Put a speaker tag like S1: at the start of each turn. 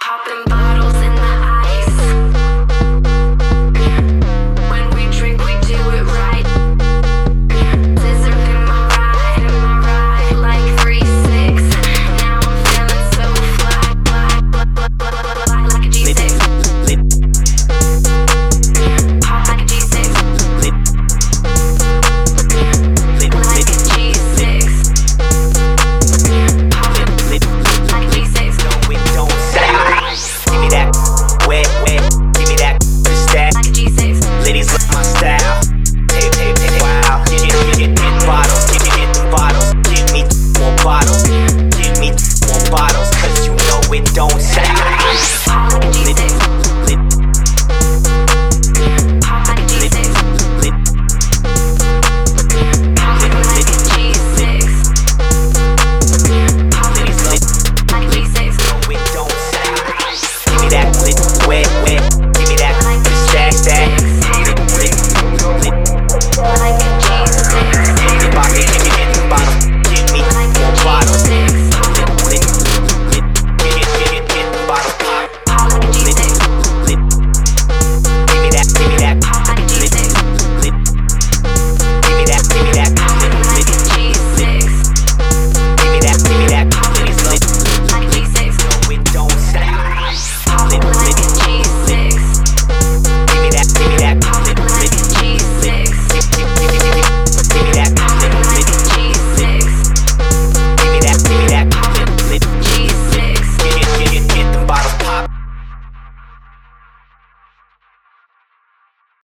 S1: Popping bottles.